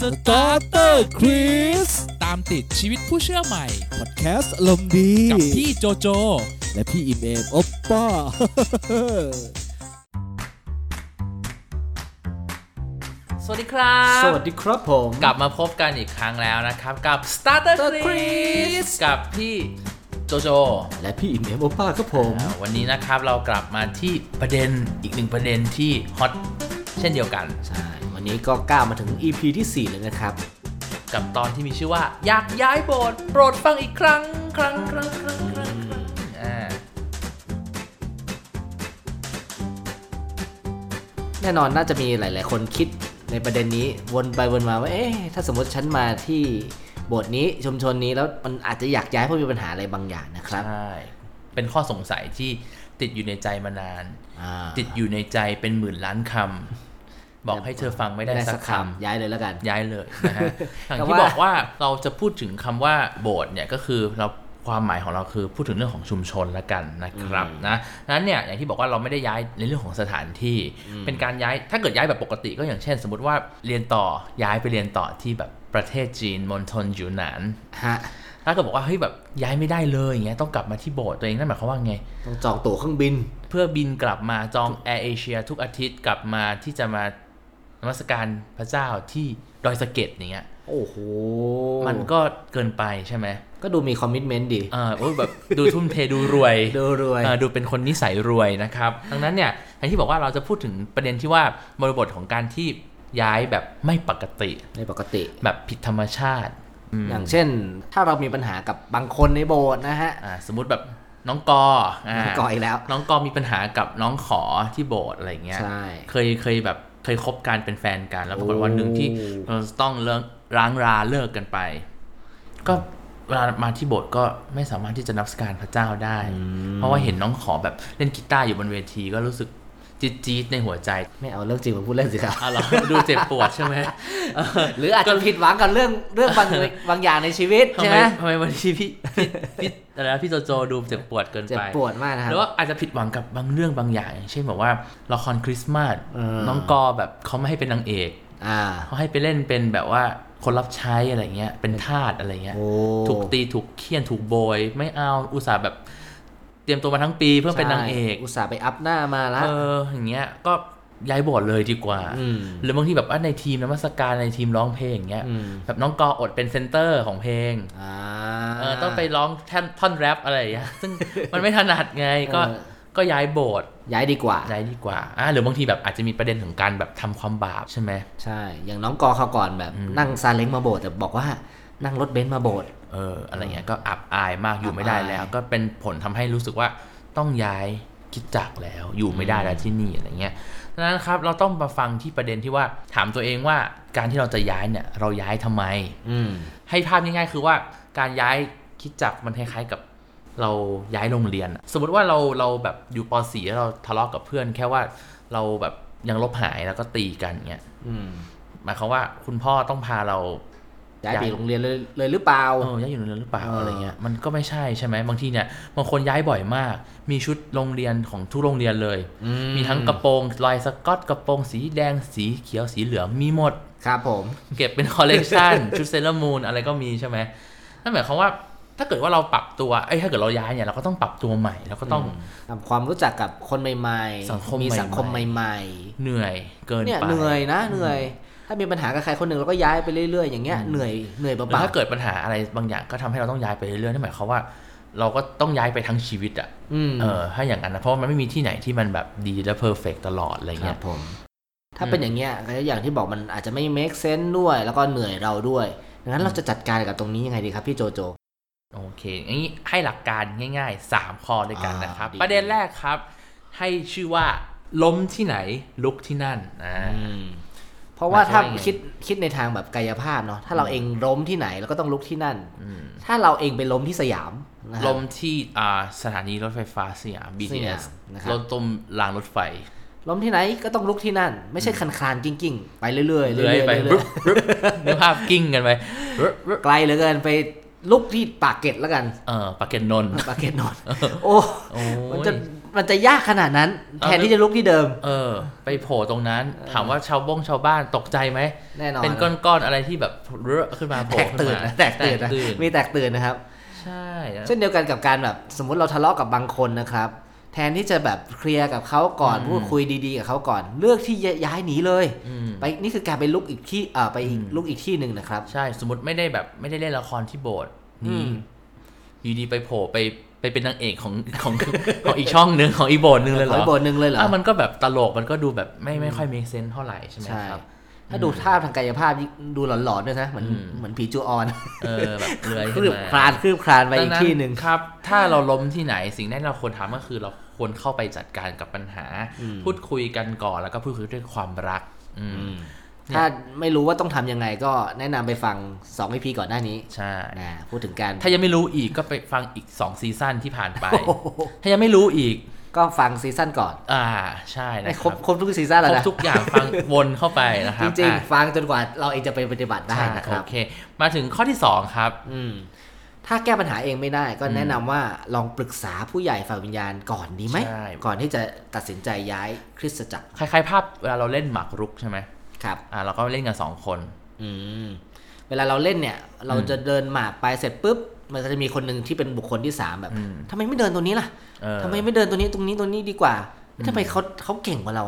สตาร์เตอร์คริส ตามติดชีวิตผู้เชื่อใหม่ พอดแคสต์ลมณ์ดี กับพี่โจโจ และพี่อิมเอมโอปป้า สวัสดีครับ สวัสดีครับผม กลับมาพบกันอีกครั้งแล้วนะครับ กับ Starter The Quiz Quiz กับพี่โจโจ และพี่อินเอมโอป้าครับผม อ่าวันนี้นะครับเรากลับมาที่ประเด็นอีกหนึ่งประเด็นที่ฮอตเช่นเดียวกัน ใช่ วันนี้ก็ก้าวมาถึง EP ทีสี่ 4 แล้วนะครับ กับตอนที่มีชื่อว่า อยากย้ายโบสถ์โปรดฟังอีกครั้ง ครั้งครั้งครั้งครั้งครั้งอ่า แน่นอนน่าจะมีหลาย ๆ คนคิดในประเด็นนี้วนไปวนมาว่า เอ๊ะ ถ้าสมมติฉันมาที่โบสถ์นี้ชุมชนนี้แล้วมันอาจจะอยากย้ายเพราะมีปัญหาอะไรบางอย่างนะครับ ใช่เป็นข้อสงสัยที่ติดอยู่ในใจมานาน อ่า ติดอยู่ในใจเป็นหมื่นล้านคำบอกให้เธอฟังไม่ได้สักคำ ย้ายเลยแล้วกัน ย้ายเลยนะ ฮะ อย่าง แต่ ที่ ว่า บอกว่าเราจะพูดถึงคำว่าโบสถ์เนี่ยก็คือเราความหมายของเราคือพูดถึงเรื่องของชุมชนละกันนะครับนะนั้นเนี่ยอย่างที่บอกว่าเราไม่ได้ย้ายในเรื่องของสถานที่ เป็นการย้ายถ้าเกิดย้ายแบบปกติก็อย่างเช่น สมมติว่าเรียนต่อย้ายไปเรียนต่อที่แบบประเทศจีนมณฑลยูหนาน ฮะ ถ้าเกิดบอกว่าเฮ้ยแบบย้ายไม่ได้เลยอย่างเงี้ยต้องกลับมาที่โบสถ์ตัวเองนั่นหมายความว่าไง ต้องจองตั๋วเครื่องบิน เพื่อบินกลับมาจองแอร์เอเชียทุกอาทิตย์กลับมาที่จะมานมัสการพระเจ้าที่ดอยสะเก็ดอย่างเงี้ย โอ้โห มันก็เกินไปใช่ไหม ก็ดูมีคอมมิชเมนต์ดี เออโอ้ยแบบ ดูทุ่มเทดูรวย ดูรวย เออดูเป็นคนนิสัยรวยนะครับ ดังนั้นเนี่ยอย่างที่บอกว่าเราจะพูดถึงประเด็นที่ว่าบริบทของการที่ย้ายแบบไม่ปกติ ในปกติ แบบผิดธรรมชาติอืม อย่างเช่น ถ้าเรามีปัญหากับบางคนในโบสถ์นะฮะ อ่าสมมติแบบน้องกออ่า น้องกออีกแล้ว น้องกอมีปัญหากับน้องขอที่โบสถ์อะไรอย่างเงี้ย ใช่ เคยเคยแบบเคยคบกันเป็นแฟนกัน แล้วปรากฏวัน โอ้ หนึ่งที่เราต้องเลิกร้างราเลิกกันไป ก็เวลามาที่โบสถ์ก็ไม่สามารถที่จะนับสการพระเจ้าได้ เพราะว่าเห็นน้องขอแบบเล่นกีตาร์อยู่บนเวทีก็รู้สึกจี๊ดจี๊ดในหัวใจ ไม่เอาเรื่องจริงมาพูดเล่นสิครับ อ้าวเหรอ ดูเจ็บปวดใช่ ไหมเออ หรืออาจจะผิดหวังกับเรื่องเรื่องบางบางอย่างในชีวิต ทำ ใช่ ไม ไหม ทำไมวันที่พี่พี่พี่อะไรนะพี่โจโจดูเจ็บปวดเกิน เจ็บ ไป ปวดมากนะครั ห บ รือว่าอาจจะผิดหวังกับบางเรื่องบางอย่างอย่างเช่นแบบว่าละครคริสต์มาส เออ น้องกอแบบเขาไม่ให้เป็นนางเอก อ่า เขาให้ไปเล่นเป็นแบบว่าคนรับใช้อะไรเงี้ยเป็นทาสอะไรเงี้ย โอ้ ถูกตีถูกเคี่ยนถูกโบย ไม่เอาอุตส่าห์แบบ เตรียมตัวมาทั้งปีเพื่อเป็นนางเอก ใช่อุตส่าห์ไปอัพหน้ามาละ เอออย่างเงี้ยก็ย้ายโบอร์ดเลยดีกว่า อืม หรือบางทีแบบว่าในทีมนมัสการในทีมร้องเพลงอย่างเงี้ย อืม แบบน้องกออดเป็นเซนเตอร์ของเพลง อ่า เออต้องไปร้องแท่นท่อนแรปอะไรอย่างเงี้ย ซึ่ง มันไม่ถนัดไงก็ เออ ก็ย้ายโบสถ์ ย้ายดีกว่า ย้ายดีกว่าอ่ะหรือบางทีแบบอาจจะมีประเด็นของการแบบทำความบาปใช่ไหม ใช่ อย่างน้องกอเขาก่อนแบบนั่งซาเล้งมาโบสถ์แต่บอกว่านั่งรถเบนซ์มาโบสถ์ เอออะไรเงี้ยก็อับอายมากอยู่ไม่ อับ ได้ อาย แล้ว ก็เป็นผลทำให้รู้สึกว่าต้องย้ายคิดจักรแล้ว อยู่ไม่ได้แล้วที่นี่อะไรเงี้ยดังนั้นครับเราต้องมาฟังที่ประเด็นที่ว่าถามตัวเองว่าการที่เราจะย้ายเนี่ยเราย้ายทำไม อืม ให้ภาพง่ายๆคือว่าการย้ายคิดจักรมันคล้ายๆกับเราย้ายโรงเรียนอะสมมติว่าเราเราแบบอยู่ป .4 แล้วเราทะเลาะกับเพื่อน แค่ว่าเราแบบยังลบหายแล้วก็ตีกันเงี้ย อืม หมายความว่าคุณพ่อต้องพาเรา ย้ายไปโรงเรียนเลยเลยหรือเปล่า เออย้ายอยู่โรงเรียนหรือเปล่า เอออ อะไรเงี้ยมันก็ไม่ใช่ใช่ไหมบางทีเนี่ยบางคนย้ายบ่อยมาก มีชุดโรงเรียนของทุกโรงเรียนเลย อื มีทั้งกระโปรงลายสก๊อตกระโปรงสีแดงสีเขียวสีเหลืองมีหมด ครับผม เก็บเป็นคอ ลเลกชัน ชุดเซเลอร์มูนอะไรก็มีใช่ไหมนั่นหมายความว่าถ้าเกิดว่าเราปรับตัวเอ้ยถ้าเกิดเราย้ายเนี่ยเราก็ต้องปรับตัวใหม่เราก็ต้อง ทำความรู้จักกับคนใหม่ๆ สังคม สังคม ใหม่ ใหม่ เหนื่อยเกิน ๆ เนี่ย ไป เหนื่อยนะเหนื่อย ถ้ามีปัญหากับใครคนหนึ่งเราก็ย้ายไปเรื่อยๆ อย่างเงี้ย เหนื่อย เหนื่อย หรือ เปล่า ถ้าเกิดปัญหาอะไรบางอย่างก็ทำให้เราต้องย้ายไปเรื่อยๆนั่นหมายความว่า เราก็ต้องย้ายไปทั้งชีวิตอะ ๆอืม เออถ้าอย่างนั้นนะเพราะว่ามันไม่มีที่ไหนที่มันแบบดีและเพอร์เฟกตลอดอะไร ค เงี้ รับ ย ผม ถ้าเป็นอย่างเงี้ยก็อย่างที่บอกมันอาจจะไม่ make sense ด้วย แล้วก็เหนื่อยเราด้วยดังนั้นเราจะจัดการกับตรงนี้ยังไงดีครับพี่โจโจ โอเคอันนี้ให้หลักการง่ายๆ 3 ข้อด้วยกันนะครับ อ่าดี ประเด็นแรกครับ ให้ชื่อว่าล้มที่ไหนลุกที่นั่นอ่า เพราะว่าถ้า หมายความว่ายังไง คิดคิดในทางแบบกายภาพเนาะ ถ้าเราเองล้มที่ไหนเราก็ต้องลุกที่นั่น อืม ถ้าเราเองไปล้มที่สยามนะครับ ล้มที่อ่าสถานีรถไฟฟ้าสยาม BTS สยามนะครับ รถตมรางรถไฟ ล้มที่ไหนก็ต้องลุกที่นั่น ไม่ใช่คันคลานกิ้งกิ้งๆไปเรื่อยๆเรื่อยๆ เลื้อยไปรึเรื่อยบรึบนึกภาพกิ้งกันไปรึบรึบ ๆไกลเหลือเกินไปลุกที่ปากเกร็ดแล้วกัน เออปากเกร็ดนนท์ ปากเกร็ดนอน โอ้ โอ้ย มันจะ มันจะยากขนาดนั้น เอา แทนที่จะลุกที่เดิม เออ ไปโผล่ตรงนั้น ถามว่าชาวบ้งชาวบ้านตกใจไหม แน่นอน เป็นก้อนๆอะไรที่แบบเรอะขึ้นมาโผล่ แตก ขึ้ ตื่ มาน นะแตกตื่นนะมีแตกตื่นนะครับ ใช่นะ เช่นเดียวกันกับการแบบสมมติเราทะเลาะกับบางคนนะครับ แทนที่จะแบบเคลียร์กับเขาก่อน อืม พูดคุยดีๆกับเขาก่อน เลือกที่จะย้ายหนีเลย อืม ไปนี่คือการไปลุกอีกที่เอ่อไปอีก อืม ลุกอีกที่หนึ่งนะครับ ใช่ สมมติไม่ได้แบบไม่ได้เล่นละครที่โบสถ์ อื นี่ ม อยู่ดีไปโผล่ไปไปเป็นนางเอกของของของอีกช่องหนึ่งของอีกโบสถ์หนึ่งเลยเหร ขอ อ อีกโบทหนึ่งเลยเหรอ อ่ะมันก็แบบตลกมันก็ดูแบบไม่ไม่ค่อยมีเซนส์เท่าไหร่ใช่ไหม ใช่ ครับ ถ้าดูท่าทางกายภาพยิ่งดูหลอนๆด้วยนะเหมือน อืม เหมือนผีจูออน เออแบบเลื้อย คื ขึ้ บ น ค มา ลานคืบคลานไปอีกที่หนึ่ง ดัครับ ถ้าเราล้มที่ไหนสิ่งแรกเราควรทำก็คือเราควรเข้าไปจัดการกับปัญหา อืม พูดคุยกันก่อนแล้วก็พูดคุยด้วยความรัก อืม เนี่ย ถ้าไม่รู้ว่าต้องทำยังไงก็แนะนำไปฟัง2 EP ก่อนหน้านี้ ใช่ นะพูดถึงการ ถ้ายังไม่รู้อีกก็ไปฟังอีกสองซีซั่นที่ผ่านไป โอ้โห ถ้ายังไม่รู้อีก ก็ฟังซีซั่นก่อน อ่าใช่นะ ไอ้ ค คร รั บบ ครบทุกซีซั่น ค แล้ว รบ นะ ทุกอย่างฟังวนเข้าไปนะค จ รับ ริง อ่ะ ๆ ฟังจนกว่าเราเองจะไปปฏิบัติได้ ใช่ นะค โอ รับ เค มาถึงข้อที่ 2 ครับ อืมถ้าแก้ปัญหาเองไม่ได้ก็แนะนำว่าลองปรึกษาผู้ใหญ่ฝ่ายวิญญาณก่อนดีไหม ใช่ ก่อนที่จะตัดสินใจย้ายคริสตจักร คล้ายๆ ภาพเวลาเราเล่นหมากรุกใช่ไหม ครับ อ่าเราก็เล่นกัน 2 คน อืมเวลาเราเล่นเนี่ย เราจะเดินหมากไปเสร็จปุ๊บ มันก็จะมีคนหนึ่งที่เป็นบุคคลที่สามแบบ อืม ทำไมไม่เดินตัวนี้ล่ะ เออ ทำไมไม่เดินตัวนี้ตรงนี้ตัวนี้ดีกว่าเอ๊ะทำไมเขาเขาเก่งกว่าเรา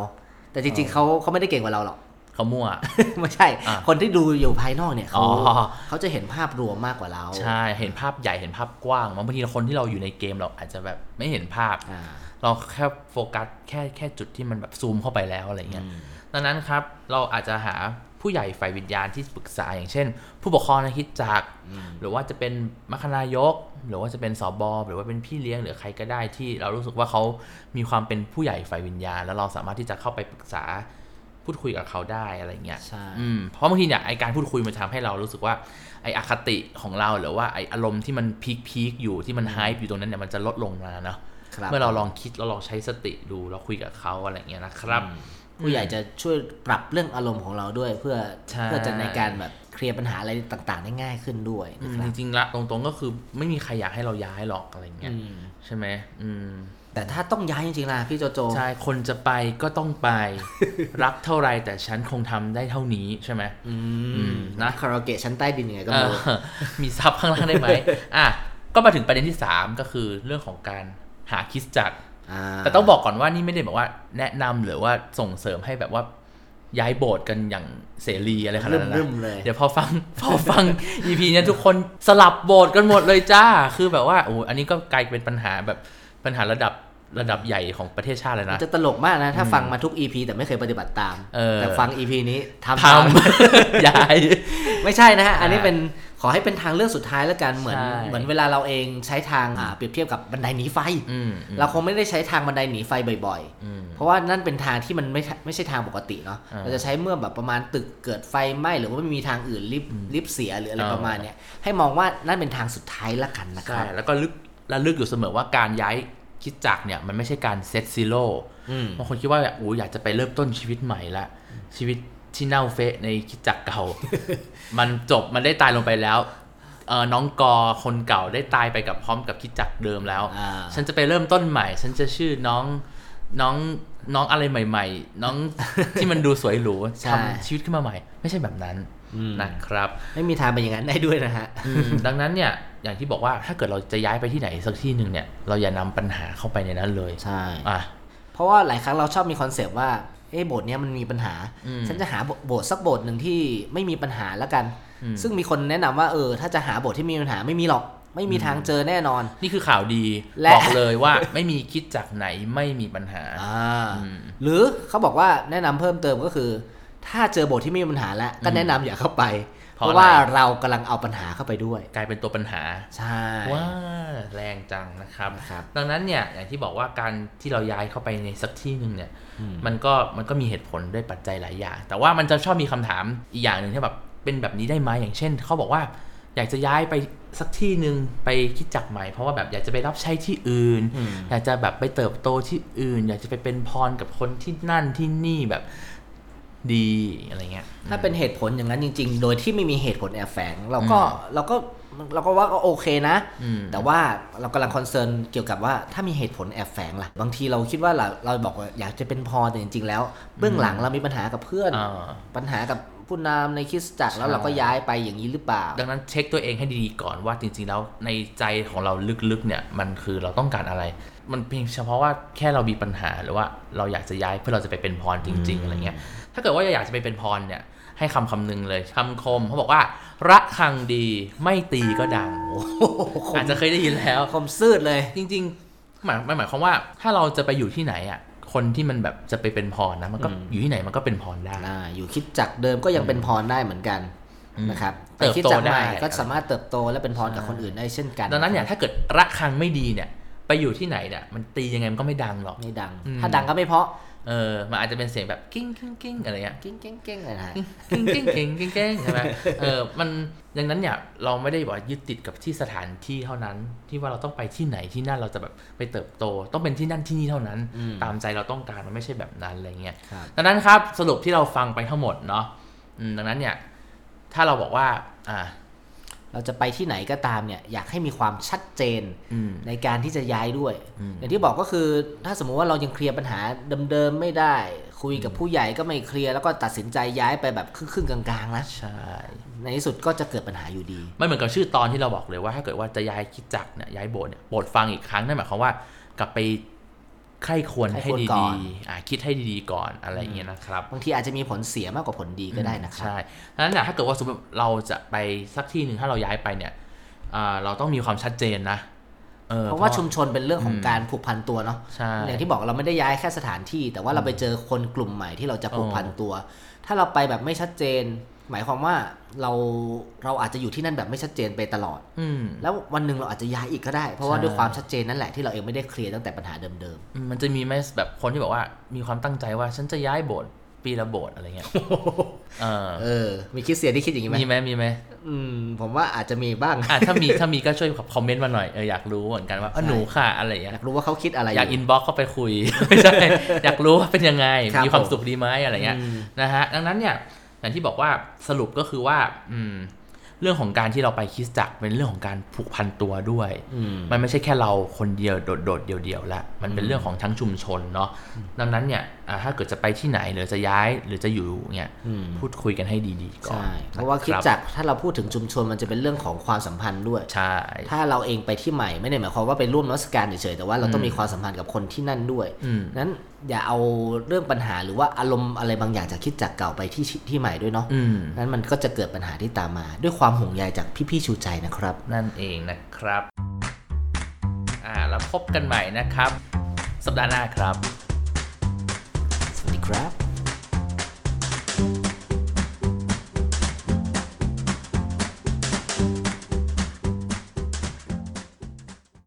แต่จริง ๆเขาเขาไม่ได้เก่งกว่าเราหรอก เขามั่ว ไม่ใช่ อ่ะ คนที่ดูอยู่ภายนอกเนี่ยเขา อ๋อ เขาจะเห็นภาพรวมมากกว่าเรา ใช่ เห็นภาพใหญ่เห็นภาพกว้างบางทีคนที่เราอยู่ในเกมเราอาจจะแบบไม่เห็นภาพ อ่า เราแค่โฟกัสแค่แค่จุดที่มันแบบซูมเข้าไปแล้วอะไรเงี้ยดังนั้นครับเราอาจจะหาผู้ใหญ่ฝ่ายวิญญาณที่ปรึกษาอย่างเช่น ผู้ปกครองในคริดจักรหรือว่าจะเป็นมัคคณายก หรือว่าจะเป็นสอบอหรือว่าเป็นพี่เลี้ยงหรือใครก็ได้ที่เรารู้สึกว่าเขามีความเป็นผู้ใหญ่ฝ่ายวิญญาณ แล้วเราสามารถที่จะเข้าไปปรึกษาพูดคุยกับเขาได้อะไรเงี้ย ใช่ อืมเพราะบางทีเนี่ยไอการพูดคุยมันทำให้เรารู้สึกว่าไออคติของเราหรือว่าไออารมณ์ที่มันพีคพีคๆอยู่ที่มันไฮป์อยู่ตรงนั้นเนี่ยมันจะลดลงมาเนาะ ครับ เมื่อเราลองคิดเราลองใช้สติดูเราคุยกับเขาอะไรอย่างเงี้ยนะครับ ผู้ใหญ่จะช่วยปรับเรื่องอารมณ์ของเราด้วย เพื่อ ใช่ เพื่อจะในการแบบเคลียร์ปัญหาอะไรต่างๆ ได้ง่ายขึ้นด้วย อื นะ ม ครั จ บ ริงๆละตรงๆก็คือไม่มีใครอยากให้เราย้ายหรอกอะไรเงี้ย อืม ใช่ไหมอืม แต่ถ้าต้องย้ายจริงๆล่ะพี่โจโจ ใช่คนจะไปก็ต้อง ไป รักเท่าไรแต่ฉันคงทำได้เท่านี้ใช่ไหม อื อื ม ม นะคาราโอเกะชั้นใต้ดินยังไงก็ เออไม่ รู้ มีซับข้างล่างได้ไหมอ่ะก็มาถึงประเด็นที่ 3 ก็คือเรื่องของการหาคริสตจักร อ่า แต่ต้องบอกก่อนว่านี่ไม่ได้แบบว่าแนะนำหรือว่าส่งเสริมให้แบบว่าย้ายโบสถ์กันอย่างเสรีอะไรขนาด เริ่ม นั้น เริ่ม นะ เลย เดี๋ยวพอฟัง พอฟัง EP เนี่ยทุกคนสลับโบทกันหมดเลยจ้า คือแบบว่าโอ้โหอันนี้ก็กลายเป็นปัญหาแบบปัญหาระดับระดับใหญ่ของประเทศชาติเลย มัน นะ จะตลกมากนะ ถ้าฟังมาทุก EP แต่ไม่เคยปฏิบัติตาม เออ แต่ฟัง EP นี้ทำ ท ตาม ำ ย้าย ไม่ใช่นะฮะ อันนี้ อ่า เป็นขอให้เป็นทางเลือกสุดท้ายแล้วกัน เหมือน ใช่ เหมือนเวลาเราเองใช้ทางอ่าเปรียบเทียบกับบันไดหนีไฟ อืม เราคงไม่ได้ใช้ทางบันไดหนีไฟบ่อย อืม ๆ เพราะว่านั่นเป็นทางที่มันไม่ไม่ใช่ทางปกติเนาะ อ่า เราจะใช้เมื่อแบบประมาณตึกเกิดไฟไหม้หรือว่าไม่มีทางอื่นรีบรีบเสียหรืออะไร อ่า ประมาณเนี้ยให้มองว่านั่นเป็นทางสุดท้ายละกันนะค ใช่ รับ แล้วก็ลึกระลึกอยู่เสมอว่าการย้ายคิดจักรเนี่ยมันไม่ใช่การเซตซิโร่ อืม บางคนคิดว่าแบบโอ้ยอยากจะไปเริ่มต้นชีวิตใหม่ละชีวิตที่เน่าเฟะในคิดจักร เก่า มันจบมันได้ตายลงไปแล้วเออน้องกอคนเก่าได้ตายไปกับพร้อมกับคิดจักรเดิมแล้ว อ่า ฉันจะไปเริ่มต้นใหม่ ฉันจะชื่อน้องน้องน้องอะไรใหม่ ๆ น้อง ที่มันดูสวยหรู ใช่ ทำชีวิตขึ้นมาใหม่ ไม่ใช่แบบนั้นนะครับ ไม่มีทางเป็นอย่างนั้นได้ด้วยนะฮะ อืมดังนั้นเนี่ยอย่างที่บอกว่าถ้าเกิดเราจะย้ายไปที่ไหนสักที่หนึ่งเนี่ยเราอย่านำปัญหาเข้าไปในนั้นเลย ใช่ อ่ะ เพราะว่าหลายครั้งเราชอบมีคอนเซปต์ว่า เอ้โบสถ์เนี้ยมันมีปัญหา อืม ฉันจะหาโบสถ์สักโบสถ์หนึ่งที่ไม่มีปัญหาแล้วกัน อืม ซึ่งมีคนแนะนำว่าเออ ถ้าจะหาโบสถ์ที่มีปัญหาไม่มีหรอก ไม่มีทางเจอแน่นอน นี่คือข่าวดี และ บอกเลยว่า ไม่มีคิดจากไหนไม่มีปัญหา อ่าหรือเขาบอกว่าแนะนำเพิ่มเติมก็คือ ถ้าเจอโบสถ์ที่ไม่มีปัญหาแล้วก็แนะนำอย่าเข้าไป เพ เพราะ ราะว่า อะไร เรากำลังเอาปัญหาเข้าไปด้วย กลายเป็นตัวปัญหา ใช่ ว้าแรงจังนะครับ นะครับ ดังนั้นเนี่ยอย่างที่บอกว่าการที่เราย้ายเข้าไปในสักที่หนึ่งเนี่ย อืม มันก็มันก็มีเหตุผลด้วยปัจจัยหลายอย่าง แต่ว่ามันจะชอบมีคำถามอีกอย่างหนึ่งที่แบบเป็นแบบนี้ได้ไหมอย่างเช่นเขาบอกว่า อยากจะย้ายไปสักที่หนึ่งไปคิดจักใหม่เพราะว่าแบบอยากจะไปรับใช้ที่อื่น อยากจะแบบไปเติบโตที่อื่น อยากจะไปเป็นพรกับคนที่นั่นที่นี่แบบดีอะไรเงี้ย ถ้าเป็นเหตุผลอย่างนั้นจริง ๆ โดยที่ไม่มีเหตุผลแอบแฝง เราก็เราก็ มันเราก็ว่าก็โอเคนะ อืม แต่ว่าเรากำลังคอนเซิร์นเกี่ยวกับว่าถ้ามีเหตุผลแอบแฝงล่ะ บางทีเราคิดว่าเราเราบอกว่าอยากจะเป็นพอแต่จริงๆ แล้ว เบื้องหลังเรามีปัญหากับเพื่อน อ่า ปัญหากับผู้นำในคริสตจักรแล้วเราก็ย้ายไปอย่างนี้หรือเปล่า ดังนั้นเช็คตัวเองให้ดีๆก่อนว่าจริงๆแล้วในใจของเราลึกๆเนี่ยมันคือเราต้องการอะไร มันเพียงเฉพาะว่าแค่เรามีปัญหาหรือว่าเราอยากจะย้ายเพื่อเราจะไปเป็นพรจริง ๆอะไรเงี้ยถ้าเกิดว่าอยากจะไปเป็นพรเนี่ยให้คำคำหนึ่งเลยคำคมเขาบอกว่า ระคังดีไม่ตีก็ดังอาจจะเคยได้ยินแล้ว คมซื่อเลย จริงๆหมายมันหมายความว่าถ้าเราจะไปอยู่ที่ไหนอ่ะคนที่มันแบบจะไปเป็นพรนะมันก็อยู่ที่ไหนมันก็เป็นพรได้ อ่าอยู่คิดจักรเดิมก็ยังเป็นพรได้เหมือนกัน อืม นะครับ เติบโต คิดจักรใหม่ ได้ ก็สามารถเติบโตและเป็นพรกับคนอื่นได้เช่นกัน ดังนั้นเนี่ยถ้าเกิดระคังไม่ดีเนี่ยไปอยู่ที่ไหนเนี่ยมันตียังไงมันก็ไม่ดังหรอก ไม่ดัง อืม ถ้าดังก็ไม่เพราะ เออ มันอาจจะเป็นเสียงแบบกิ้งกิ้งกิ้งอะไรเงี้ย เก้งเก้งเก้งเลยนะฮะ กิ้งกิ้งกิ้งกิ้งกิ้งใช่ไหมเออ มันดังนั้นเนี่ยเราไม่ได้บอกว่ายึดติดกับที่สถานที่เท่านั้น ที่ว่าเราต้องไปที่ไหนที่นั่นเราจะแบบไปเติบโต ต้องเป็นที่นั่นที่นี่เท่านั้น อืม ตามใจเราต้องการมันไม่ใช่แบบนั้นอะไรเงี้ย ครับ ดังนั้นครับสรุปที่เราฟังไปทั้งหมดเนาะอืมดังนั้นเนี่ยถ้าเราบอกว่า อ่า เราจะไปที่ไหนก็ตามเนี่ยอยากให้มีความชัดเจน อืม ในการที่จะย้ายด้วย อืม อย่างที่บอกก็คือถ้าสมมุติว่าเรายังเคลียร์ปัญหาเดิมๆไม่ได้ คุยกับผู้ใหญ่ก็ไม่เคลียร์แล้วก็ตัดสินใจย้ายไปแบบครึ่งๆกลางๆนะ ใช่ ในที่สุดก็จะเกิดปัญหาอยู่ดี มันเหมือนกับชื่อตอนที่เราบอกเลยว่าถ้าเกิดว่าจะย้ายคิดจักรเนี่ยย้ายโบสถ์เนี่ยโปรดฟังอีกครั้งนั่นหมายความว่ากลับไปใคร่ควรให้ ใคร่ควรก่ ดี อน ๆอ่าคิดให้ดีๆก่อนอะไรอย่างเงี้ยนะครับ บางทีอาจจะมีผลเสียมากกว่าผลดีก็ได้นะครับ ใช่ดังนั้นเนี่ยถ้าเกิดว่าสมมติเราจะไปสักที่หนึ่งถ้าเราย้ายไปเนี่ยอ่าเราต้องมีความชัดเจนนะออ เพราะว่าชุมชนเป็นเรื่องของ อืม การผูกพันตัวเนาะ ใช่ อย่างที่บอกเราไม่ได้ย้ายแค่สถานที่ แต่ว่าเราไปเจอคนกลุ่มใหม่ที่เราจะผูกพันตัว ถ้าเราไปแบบไม่ชัดเจน หมายความว่าเราเราอาจจะอยู่ที่นั่นแบบไม่ชัดเจนไปตลอด อืม แล้ววันหนึ่งเราอาจจะย้ายอีกก็ได้ เพราะว่า ใช่ ด้วยความชัดเจนนั่นแหละที่เราเองไม่ได้เคลียร์ตั้งแต่ปัญหาเดิม อืมมันจะมีไหมแบบคนที่บอกว่ามีความตั้งใจว่าฉันจะย้ายโบสถ์ปีละโบสถ์อะไรเงี้ยเออ ๆ เออ มีคริดเสียนที่คิดอย่างนี้ไหม มีไหมมีไหม อืม ผมว่าอาจจะมีบ้าง อ่ะถ้ามี ถ้ามีก็ช่วยคอมเมนต์มาหน่อยเอออยากรู้เหมือนกันว่าเออหนูค่ะอะไรอย่าง อ เงี้ย ยากรู้ว่าเขาคิดอะไรอ อยาก ยู่ อินบ็อกเข้าไปคุย ไม่ใช่อยากรู้ว่าเป็นยังไง ครับ มีความสุขดีไหมอะไรเงี้ย อืม นะฮะดังนั้นเนี่ยอย่างที่บอกว่าสรุปก็คือว่าอืมเรื่องของการที่เราไปคริสตจักรเป็นเรื่องของการผูกพันตัวด้วย อืม มันไม่ใช่แค่เราคนเดียวโดดๆเดียวๆละมันเป็นเรื่องของทั้งชุมชนเนาะดังนั้นเนี่ยอ่ะถ้าเกิดจะไปที่ไหนหรือจะย้ายหรือจะอยู่เนี่ย อืม พูดคุยกันให้ดีๆก่อน ใช่ เพราะว่าคิด นบ จักรถ้าเราพูดถึงชุมชนมันจะเป็นเรื่องของความสัมพันธ์ด้วย ใช่ ถ้าเราเองไปที่ใหม่ไม่ได้หมายความว่าไปร่วมนมัสการเฉยๆแต่ว่าเราต้อง อืม มีความสัมพันธ์กับคนที่นั่นด้วย อืม นั้นอย่าเอาเรื่องปัญหาหรือว่าอารมณ์อะไรบางอย่างจากคิดจากเก่าไปที่ที่ที่ใหม่ด้วยเนาะ อืม นั้นมันก็จะเกิดปัญหาที่ตามมา ด้วยความห่วงใยจากพี่ๆชูใจนะครับ นั่นเองนะครับ อ่า แล้วพบกันใหม่นะครับ สัปดาห์หน้าครับ สวัสดีครับ